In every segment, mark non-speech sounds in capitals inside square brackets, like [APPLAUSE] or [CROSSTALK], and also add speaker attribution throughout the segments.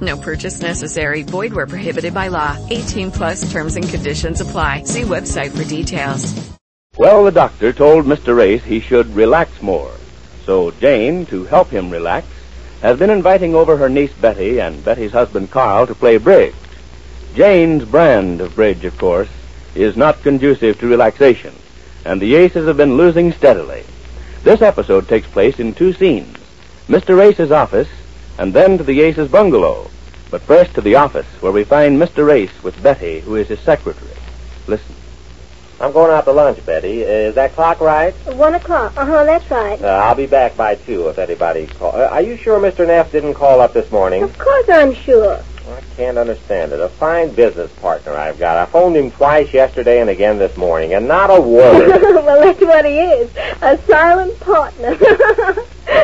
Speaker 1: No purchase necessary. Void where prohibited by law. 18 plus terms and conditions apply. See website for details.
Speaker 2: Well, the doctor told Mr. Race he should relax more. So Jane, to help him relax, has been inviting over her niece Betty and Betty's husband Carl to play bridge. Jane's brand of bridge, of course, is not conducive to relaxation, and the aces have been losing steadily. This episode takes place in two scenes Mr. Race's office, and then to the aces bungalow. But first to the office, where we find Mr. Race with Betty, who is his secretary. Listen. I'm going out to lunch, Betty. Is that clock right?
Speaker 3: One o'clock. Uh huh, that's right.
Speaker 2: Uh, I'll be back by two if anybody call. Uh, are you sure Mr. Neff didn't call up this
Speaker 3: [LAUGHS]
Speaker 2: morning?
Speaker 3: Of course I'm sure. [LAUGHS]
Speaker 2: I can't understand it. A fine business partner I've got. I phoned him twice yesterday and again this morning, and not a word.
Speaker 3: [LAUGHS] well, that's what he is a silent partner. [LAUGHS]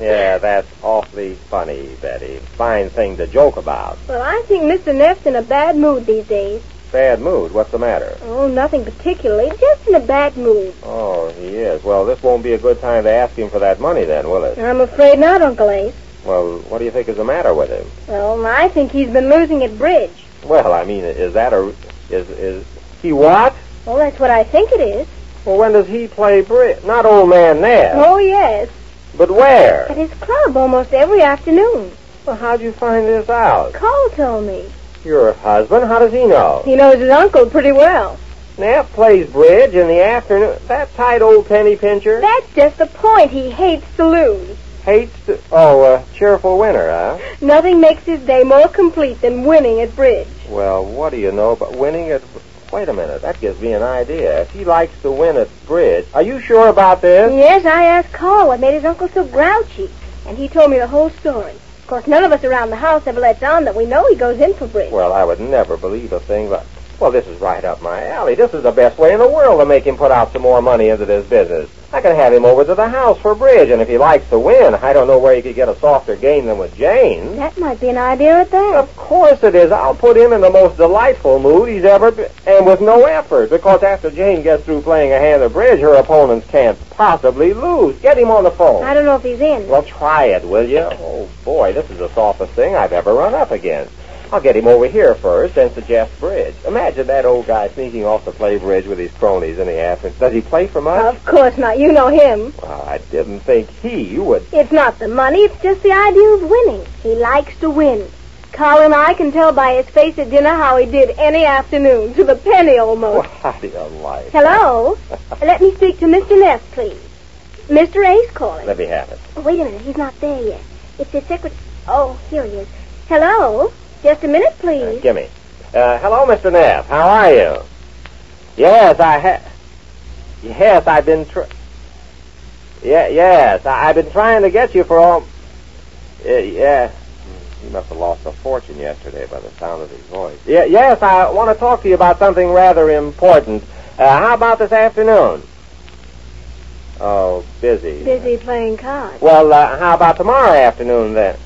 Speaker 2: yeah, that's awfully funny, Betty. Fine thing to joke about.
Speaker 3: Well, I think Mr. Neff's in a bad mood these days.
Speaker 2: Bad mood. What's the matter?
Speaker 3: Oh, nothing particularly. Just in a bad mood.
Speaker 2: Oh, he is. Well, this won't be a good time to ask him for that money then, will it?
Speaker 3: I'm afraid not, Uncle Ace.
Speaker 2: Well, what do you think is the matter with him?
Speaker 3: Well, I think he's been losing at bridge.
Speaker 2: Well, I mean, is that a is is he what?
Speaker 3: Well, that's what I think it is.
Speaker 2: Well, when does he play bridge? Not old man Ned,
Speaker 3: Oh, yes.
Speaker 2: but
Speaker 3: At
Speaker 2: where?
Speaker 3: his club almost every afternoon.
Speaker 2: Well, how'd you find this out?
Speaker 3: Cole told me.
Speaker 2: Your husband? How does he know?
Speaker 3: He knows his uncle pretty well.
Speaker 2: Nap plays bridge in the afternoon. That tight old penny pincher
Speaker 3: That's just the point. He hates to lose.
Speaker 2: hates to. Oh, uh, cheerful winter, huh?
Speaker 3: Nothing makes his day more complete than winning at bridge.
Speaker 2: Well, what do you know about winning at? Wait a minute. That gives me an idea. If he likes to win at bridge, are you sure about this?
Speaker 3: Yes, I asked Carl what made his uncle so grouchy, and he told me the whole story. Of course, none of us around the house ever lets on that we know he goes in for bridge.
Speaker 2: Well, I would never believe a thing like. Well, this is right up my alley. This is the best way in the world to make him put out some more money into this business. I can have him over to the house for bridge, and if he likes to win, I don't know where he could get a softer game than with Jane.
Speaker 3: that might be an idea at that.
Speaker 2: Of course it is. I'll put him in the most delightful mood he's ever been, and with no effort, because after Jane gets through playing a hand of bridge, her opponents can't possibly lose. Get him on the phone.
Speaker 3: I don't know if he's in.
Speaker 2: Well, try it, will you? Oh, boy, this is the softest thing I've ever run up against. I'll get him over here first and suggest bridge. Imagine that old guy sneaking off to play bridge with his cronies in the afternoon. Does he play for much?
Speaker 3: of course not. You know him.
Speaker 2: Well, I didn't think he would.
Speaker 3: It's not the money, it's just the idea of winning. He likes to win. Carl and I can tell by his face at dinner how he did any afternoon, to the penny almost.
Speaker 2: How do you like?
Speaker 3: Hello? Let me speak to Mr. Neff, please. Mr. Ace calling.
Speaker 2: Let me have it.
Speaker 3: Oh, wait a minute. He's not there yet. It's his secret. Oh, here he is. Hello? Just a minute,
Speaker 2: Uh,
Speaker 3: please.
Speaker 2: gimme. Uh, hello, Mr. Neff. How are you? Yes, I ha Yes, I've been. Tr- yeah, yes, I- I've been trying to get you for all. Uh, yeah, Hmm, you must have lost a fortune yesterday by the sound of his voice. Yeah, yes, I want to talk to you about something rather important. Uh, how about this afternoon? Oh, busy.
Speaker 3: Busy playing cards.
Speaker 2: Well, uh, how about tomorrow afternoon then?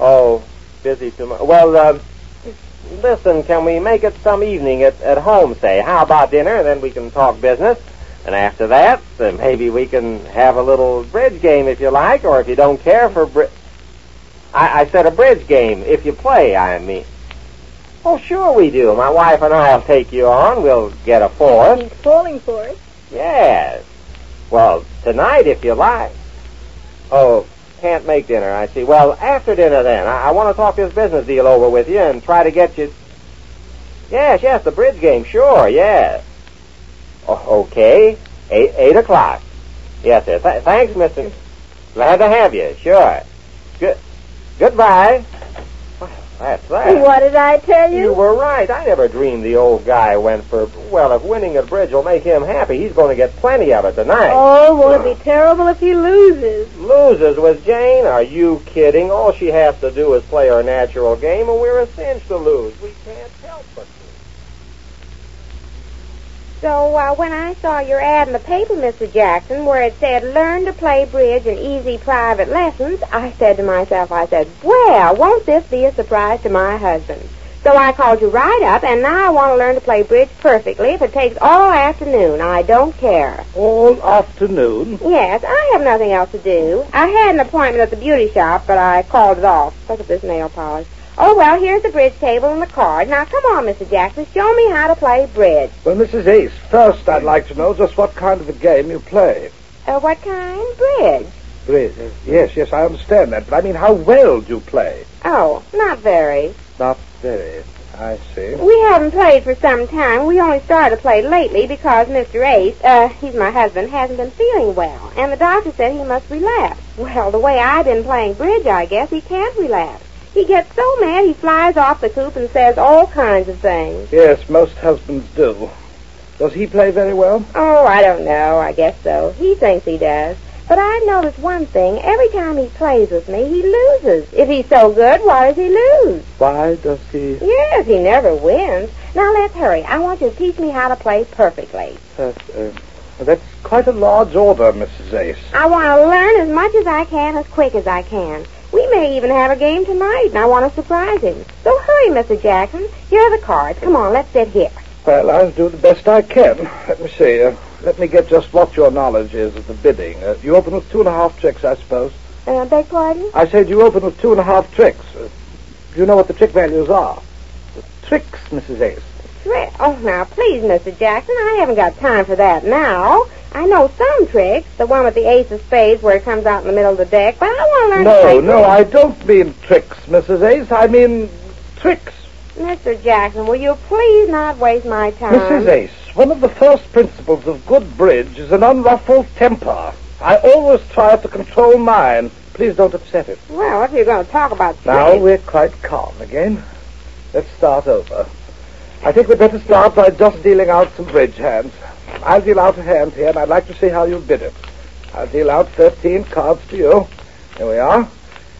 Speaker 2: Oh, busy tomorrow. Well, uh, listen, can we make it some evening at, at home, say? How about dinner? Then we can talk business. And after that, uh, maybe we can have a little bridge game if you like, or if you don't care for bridge. I, I said a bridge game, if you play, I mean. Oh, sure we do. My wife and I'll take you on. We'll get a fourth.
Speaker 3: He's falling for it.
Speaker 2: Yes. Well, tonight, if you like. Oh, can't make dinner, I see. Well, after dinner, then. I, I want to talk this business deal over with you and try to get you. Yes, yes, the bridge game, sure, yes. O- okay. Eight, eight o'clock. Yes, sir. Th- thanks, Mr. Glad to have you. Sure. Good. Goodbye. Well, That's that.
Speaker 3: What did I tell you?
Speaker 2: You were right. I never dreamed the old guy went for. Well, if winning at bridge will make him happy, he's going to get plenty of it tonight.
Speaker 3: Oh, won't it be terrible if he loses?
Speaker 2: Loses with Jane? Are you kidding? All she has to do is play her natural game, and we're a cinch to lose. We can't help but.
Speaker 3: So, uh, when I saw your ad in the paper, Mr. Jackson, where it said, learn to play bridge and easy private lessons, I said to myself, I said, well, won't this be a surprise to my husband? So I called you right up, and now I want to learn to play bridge perfectly. If it takes all afternoon, I don't care.
Speaker 2: All afternoon?
Speaker 3: Yes, I have nothing else to do. I had an appointment at the beauty shop, but I called it off. Look at this nail polish. Oh, well, here's the bridge table and the card. Now, come on, Mr. Jackson, show me how to play bridge.
Speaker 4: Well, Mrs. Ace, first I'd like to know just what kind of a game you play.
Speaker 3: Uh, what kind? Bridge.
Speaker 4: Bridge. Yes, yes, I understand that. But I mean, how well do you play?
Speaker 3: Oh, not very.
Speaker 4: Not very. I see.
Speaker 3: We haven't played for some time. We only started to play lately because Mr. Ace, uh, he's my husband, hasn't been feeling well, and the doctor said he must relapse. [LAUGHS] Well, the way I've been playing bridge, I guess he can't relapse. He gets so mad he flies off the coop and says all kinds of things.
Speaker 4: Yes, most husbands do. Does he play very well?
Speaker 3: Oh, I don't know. I guess so. He thinks he does. But I've noticed one thing. Every time he plays with me, he loses. If he's so good, why does he lose?
Speaker 4: Why does he
Speaker 3: Yes, he never wins. Now let's hurry. I want you to teach me how to play perfectly.
Speaker 4: Uh, uh, that's quite a large order, Mrs. Ace.
Speaker 3: I want to learn as much as I can, as quick as I can. We may even have a game tonight, and I want to surprise him. So hurry, Mr. Jackson. Here are the cards. Come on, let's sit here.
Speaker 4: Well, I'll do the best I can. Let me see. Uh, let me get just what your knowledge is of the bidding. Uh, you open with two and a half tricks, I suppose.
Speaker 3: Uh, beg pardon?
Speaker 4: I said you open with two and a half tricks. Uh, do you know what the trick values are? The tricks, Mrs. Ace.
Speaker 3: Tri- Oh, now, please, Mr. Jackson, I haven't got time for that now. I know some tricks, the one with the ace of spades where it comes out in the middle of the deck, but I want to learn to
Speaker 4: No,
Speaker 3: play
Speaker 4: no, I don't mean tricks, Mrs. Ace. I mean tricks.
Speaker 3: Mr. Jackson, will you please not waste my time?
Speaker 4: Mrs. Ace, one of the first principles of good bridge is an unruffled temper. I always try to control mine. Please don't upset it.
Speaker 3: Well, if you're going to talk about
Speaker 4: Now
Speaker 3: tricks-
Speaker 4: we're quite calm again. Let's start over. I think we'd better start by just dealing out some bridge hands. I'll deal out a hand here, and I'd like to see how you bid it. I'll deal out 13 cards to you. Here we are.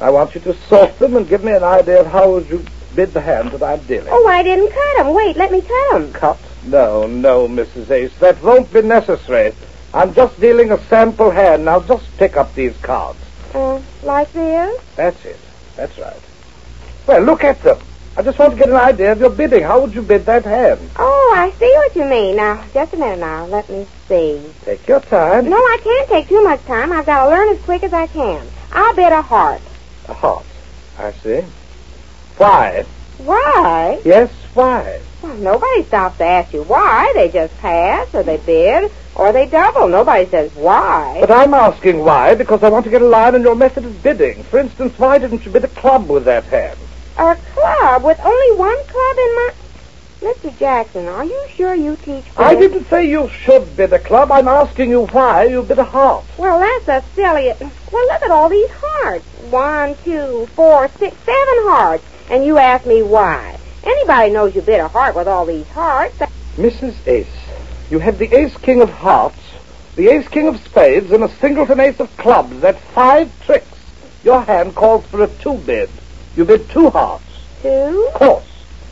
Speaker 4: I want you to sort them and give me an idea of how would you bid the hand that I'm dealing.
Speaker 3: Oh, I didn't cut him. Wait, let me cut him.
Speaker 4: Cut? No, no, Mrs. Ace. That won't be necessary. I'm just dealing a sample hand. Now just pick up these cards.
Speaker 3: Uh, like this?
Speaker 4: That's it. That's right. Well, look at them. I just want to get an idea of your bidding. How would you bid that hand?
Speaker 3: Oh, I see what you mean. Now, just a minute now. Let me see.
Speaker 4: Take your time.
Speaker 3: No, I can't take too much time. I've got to learn as quick as I can. I'll bid a heart.
Speaker 4: A heart. I see. Why?
Speaker 3: Why?
Speaker 4: Yes, why?
Speaker 3: Well, nobody stops to ask you why. They just pass, or they bid, or they double. Nobody says why.
Speaker 4: But I'm asking why because I want to get a line on your method of bidding. For instance, why didn't you bid a club with that hand?
Speaker 3: A club with only one club in my. Mr. Jackson, are you sure you teach?
Speaker 4: I
Speaker 3: bridge?
Speaker 4: didn't say you should bid a club. I'm asking you why you bid a heart.
Speaker 3: Well, that's a silly. Well, look at all these hearts. One, two, four, six, seven hearts. And you ask me why. Anybody knows you bid a heart with all these hearts.
Speaker 4: Mrs. Ace, you had the ace king of hearts, the ace king of spades, and a singleton ace of clubs. That's five tricks. Your hand calls for a two bid. You bid two hearts.
Speaker 3: Two,
Speaker 4: Of course.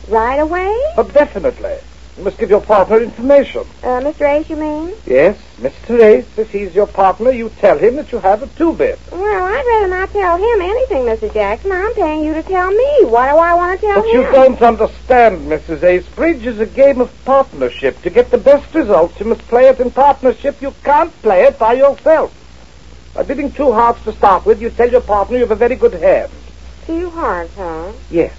Speaker 3: right away.
Speaker 4: But definitely. You must give your partner information.
Speaker 3: Uh, Mr. Ace, you mean?
Speaker 4: Yes, Mr. Ace, if he's your partner, you tell him that you have a two bid.
Speaker 3: Well, I'd rather not tell him anything, Mr. Jackson. I'm paying you to tell me. What do I want to tell
Speaker 4: But
Speaker 3: him?
Speaker 4: you don't understand, Mrs. Ace. Bridge is a game of partnership. To get the best results, you must play it in partnership. You can't play it by yourself. By bidding two hearts to start with, you tell your partner you have a very good hand.
Speaker 3: Two hearts, huh?
Speaker 4: Yes.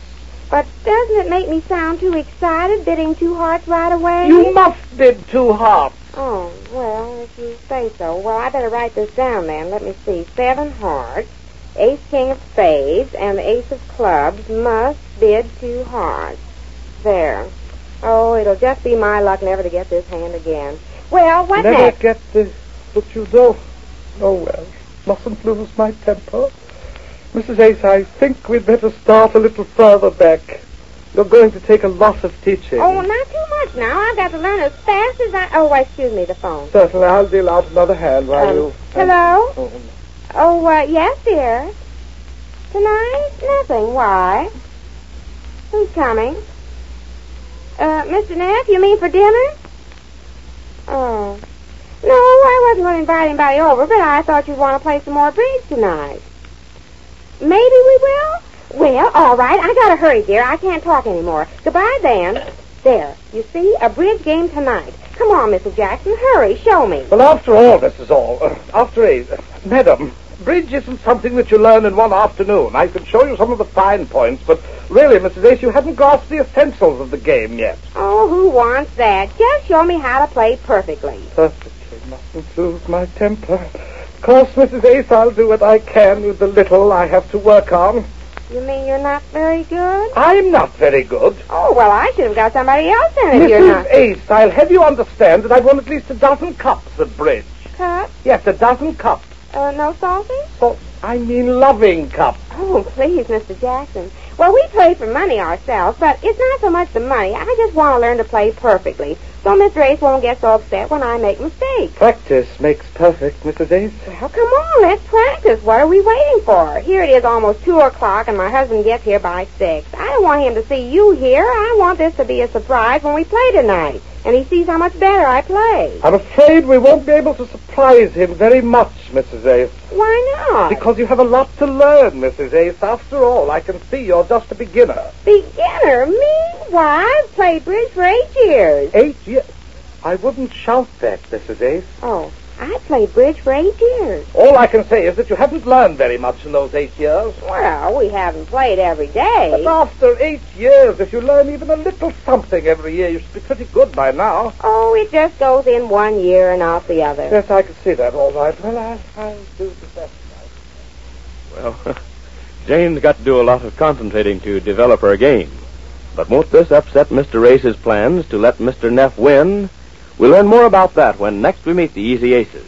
Speaker 3: But doesn't it make me sound too excited bidding two hearts right away?
Speaker 4: You must bid two hearts.
Speaker 3: Oh, well, if you say so. Well, I better write this down then. Let me see. Seven hearts, ace king of spades, and the ace of clubs must bid two hearts. There. Oh, it'll just be my luck never to get this hand again. Well, what
Speaker 4: Never
Speaker 3: next?
Speaker 4: get the what you know. Oh, well, mustn't lose my temper. Mrs. Ace, I think we'd better start a little further back. You're going to take a lot of teaching.
Speaker 3: Oh, not too much now. I've got to learn as fast as I. Oh, excuse me, the phone.
Speaker 4: Certainly, I'll deal out another hand while
Speaker 3: Um,
Speaker 4: you...
Speaker 3: hello?
Speaker 4: Oh,
Speaker 3: Oh, uh, yes, dear. Tonight? Nothing. Why? Who's coming? Uh, Mr. Neff, you mean for dinner? Oh. No, I wasn't going to invite anybody over, but I thought you'd want to play some more bridge tonight. Maybe we will? Well, all right. I gotta hurry, dear. I can't talk anymore. Goodbye, then. There. You see? A bridge game tonight. Come on, Mrs. Jackson. Hurry. Show me.
Speaker 4: Well, after all, Mrs. All, uh, after Ace, uh, madam, bridge isn't something that you learn in one afternoon. I could show you some of the fine points, but really, Mrs. Ace, you haven't grasped the essentials of the game yet.
Speaker 3: Oh, who wants that? Just show me how to play perfectly.
Speaker 4: perfectly. Mustn't lose my temper. Of course, Mrs. Ace, I'll do what I can with the little I have to work on.
Speaker 3: You mean you're not very good?
Speaker 4: I'm not very good.
Speaker 3: Oh, well, I should have got somebody else in if you're
Speaker 4: Mrs. [LAUGHS]
Speaker 3: not.
Speaker 4: Ace, I'll have you understand that I've won at least a dozen cups of bridge.
Speaker 3: Cup?
Speaker 4: Yes, a dozen cups.
Speaker 3: Uh, no sausage?
Speaker 4: Oh, I mean loving cups.
Speaker 3: Oh, please, Mr. Jackson. Well, we play for money ourselves, but it's not so much the money. I just want to learn to play perfectly, so Mr. Ace won't get so upset when I make mistakes.
Speaker 4: Practice makes perfect, Mrs. Ace.
Speaker 3: Well, come on, let's practice. What are we waiting for? Here it is almost two o'clock, and my husband gets here by six. I don't want him to see you here. I want this to be a surprise when we play tonight, and he sees how much better I play.
Speaker 4: I'm afraid we won't be able to surprise him very much, Mrs. Ace.
Speaker 3: Why not?
Speaker 4: Because you have a lot to learn, Mrs. Ace. After all, I can see you're just a beginner.
Speaker 3: Beginner? Me? Why, I've played bridge for eight years.
Speaker 4: Eight years. I wouldn't shout that, Mrs. Ace.
Speaker 3: Oh, I played bridge for eight years.
Speaker 4: All I can say is that you haven't learned very much in those eight years.
Speaker 3: Well, we haven't played every day.
Speaker 4: But after eight years, if you learn even a little something every year, you should be pretty good by now.
Speaker 3: Oh, it just goes in one year and out the other.
Speaker 4: Yes, I can see that, all right. Well, I, I'll do the best.
Speaker 2: Well, [LAUGHS] Jane's got to do a lot of concentrating to develop her game. But won't this upset Mr. Ace's plans to let Mr. Neff win? We'll learn more about that when next we meet the Easy Aces.